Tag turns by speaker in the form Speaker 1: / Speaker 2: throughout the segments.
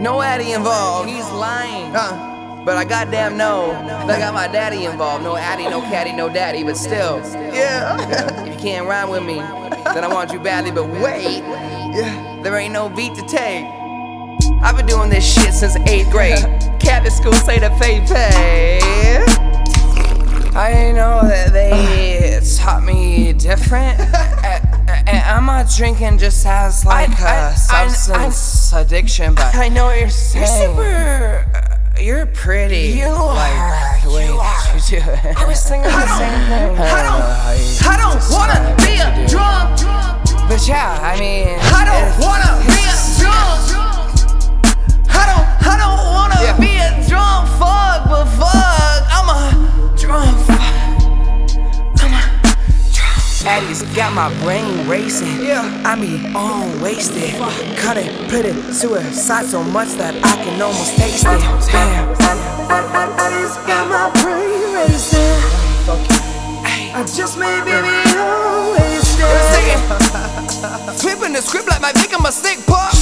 Speaker 1: No Addy involved. He's lying. Huh? But I goddamn know. I got my daddy involved. No Addy, no Caddy, no daddy, but still.
Speaker 2: Yeah.
Speaker 1: If you can't rhyme with me, then I want you badly, but wait.
Speaker 2: yeah.
Speaker 1: There ain't no beat to take. I've been doing this shit since eighth grade. Catholic school say the faith pay. I didn't know that they taught me different. A- a- and I'm not drinking just as like a
Speaker 3: I- I- I-
Speaker 1: substance addiction, but
Speaker 3: I know what you're saying.
Speaker 1: you're super. Uh, you're pretty.
Speaker 3: You
Speaker 1: like,
Speaker 3: are,
Speaker 1: the way
Speaker 3: you
Speaker 1: that you do it.
Speaker 3: I was thinking the same thing.
Speaker 1: I don't, I don't wanna be a drunk. But yeah, I mean, I don't wanna be a drunk. I don't, I don't wanna be a drunk fuck, but fuck, I'm a drunk fuck. I'm a drunk. Addy's got my brain racing.
Speaker 2: Yeah.
Speaker 1: I be on wasted. Cut it, put it to a side so much that I can almost taste it. Damn.
Speaker 2: Daddy's got my brain racing. I just made baby wasted.
Speaker 1: Flipping the script like my victim a sick pop.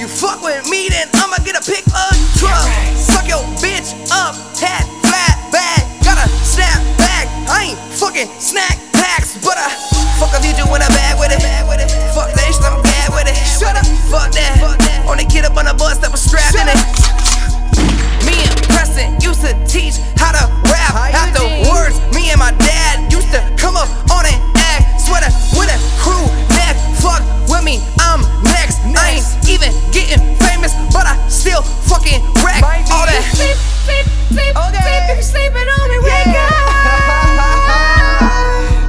Speaker 1: You fuck with me, then I'ma get a pick a truck. Suck your bitch up, hat flat back. Gotta snap back. I ain't fucking snack tax, but I fuck if you doing a bag with it. Fuck that shit, I'm bad with it. Shut up, fuck that. Only kid up on the bus that was strapped in it. Me and Preston used to teach how to rap. Afterwards, me and my dad used to come up on an act. Sweater with a crew neck. Fuck with me, I'm next. I ain't even getting famous, but I still fucking wreck
Speaker 2: Might be.
Speaker 1: all that.
Speaker 2: Sleep,
Speaker 1: okay.
Speaker 2: sleeping on me,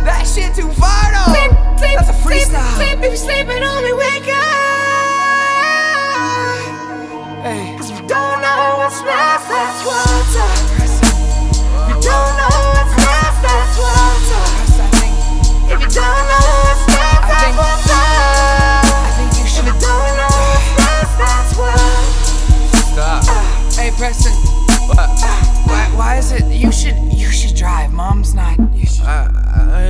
Speaker 1: that shit too far though. That's a freestyle.
Speaker 2: if you're sleeping on me, wake up.
Speaker 1: Hey.
Speaker 2: Cause you don't know what's next, that's what's up. You don't know what's next, that's what's up. If you don't know what's next, that's what's up. If you don't know what's next, that's what's
Speaker 1: Uh, Hey Preston. Uh, Why, why is it you should you should drive? Mom's not. You should.
Speaker 4: I,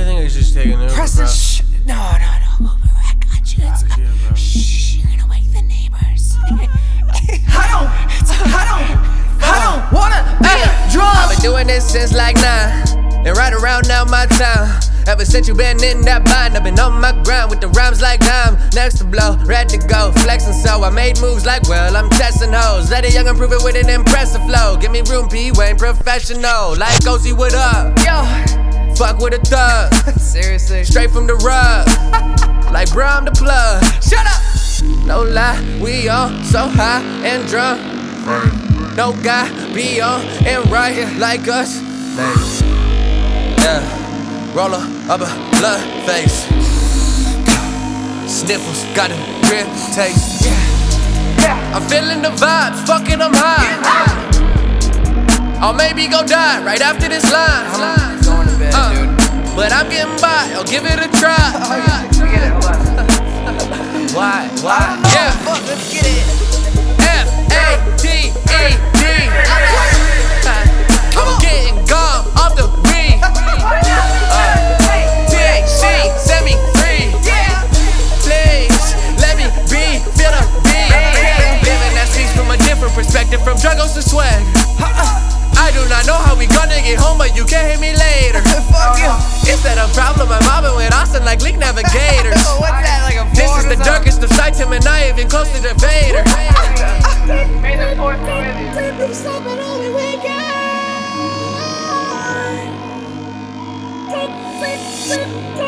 Speaker 4: I think I should just take an Uber.
Speaker 1: Preston,
Speaker 4: bro.
Speaker 1: sh- no, no, no.
Speaker 3: I got you. It's,
Speaker 4: Yeah, bro.
Speaker 3: shh, you're gonna wake the neighbors.
Speaker 1: I don't, I don't, I don't wanna be a drug. I've been doing this since like nine, and right around now my time. Ever since you been in that bind, I've been on my grind with the rhymes like I'm next to blow, ready to go, flexing. So I made moves like, well, I'm testing hoes. Let a young improve it with an impressive flow. Give me room, P Wayne, professional. Like Gozy, what up? Yo, fuck with a thug. Seriously, straight from the rug. like, bro, I'm the plug. Shut up. No lie, we all so high and drunk. No guy be on and right like us. Yeah, roller up a blood face. Sniffles got a crib taste. I'm feeling the vibes, fucking I'm high. I'll maybe go die right after this line.
Speaker 3: going to bed,
Speaker 1: Uh, but I'm getting by, I'll give it a try.
Speaker 2: Oh,
Speaker 1: Why? Why? Yeah.
Speaker 2: up. Let's get it.
Speaker 1: F A D E D. I'm getting gum off the Uh, beat. THC, set me free. Please let me be, feel the beat. Living that speech from a different perspective, from druggos to swag.
Speaker 2: Uh-uh.
Speaker 1: I do not know how we gonna get home, but you can hit me later.
Speaker 2: Fuck you.
Speaker 1: Is that a problem? I'm mobbing with Austin like League Navigators.
Speaker 2: Oh, what's that, like a
Speaker 1: This is the darkest of sights, him and I even close to the Vader.
Speaker 2: Sleeping, sleeping on me, wake up. Sleep, sleep,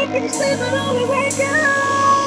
Speaker 2: sleep, sleeping on me, wake up. Ah,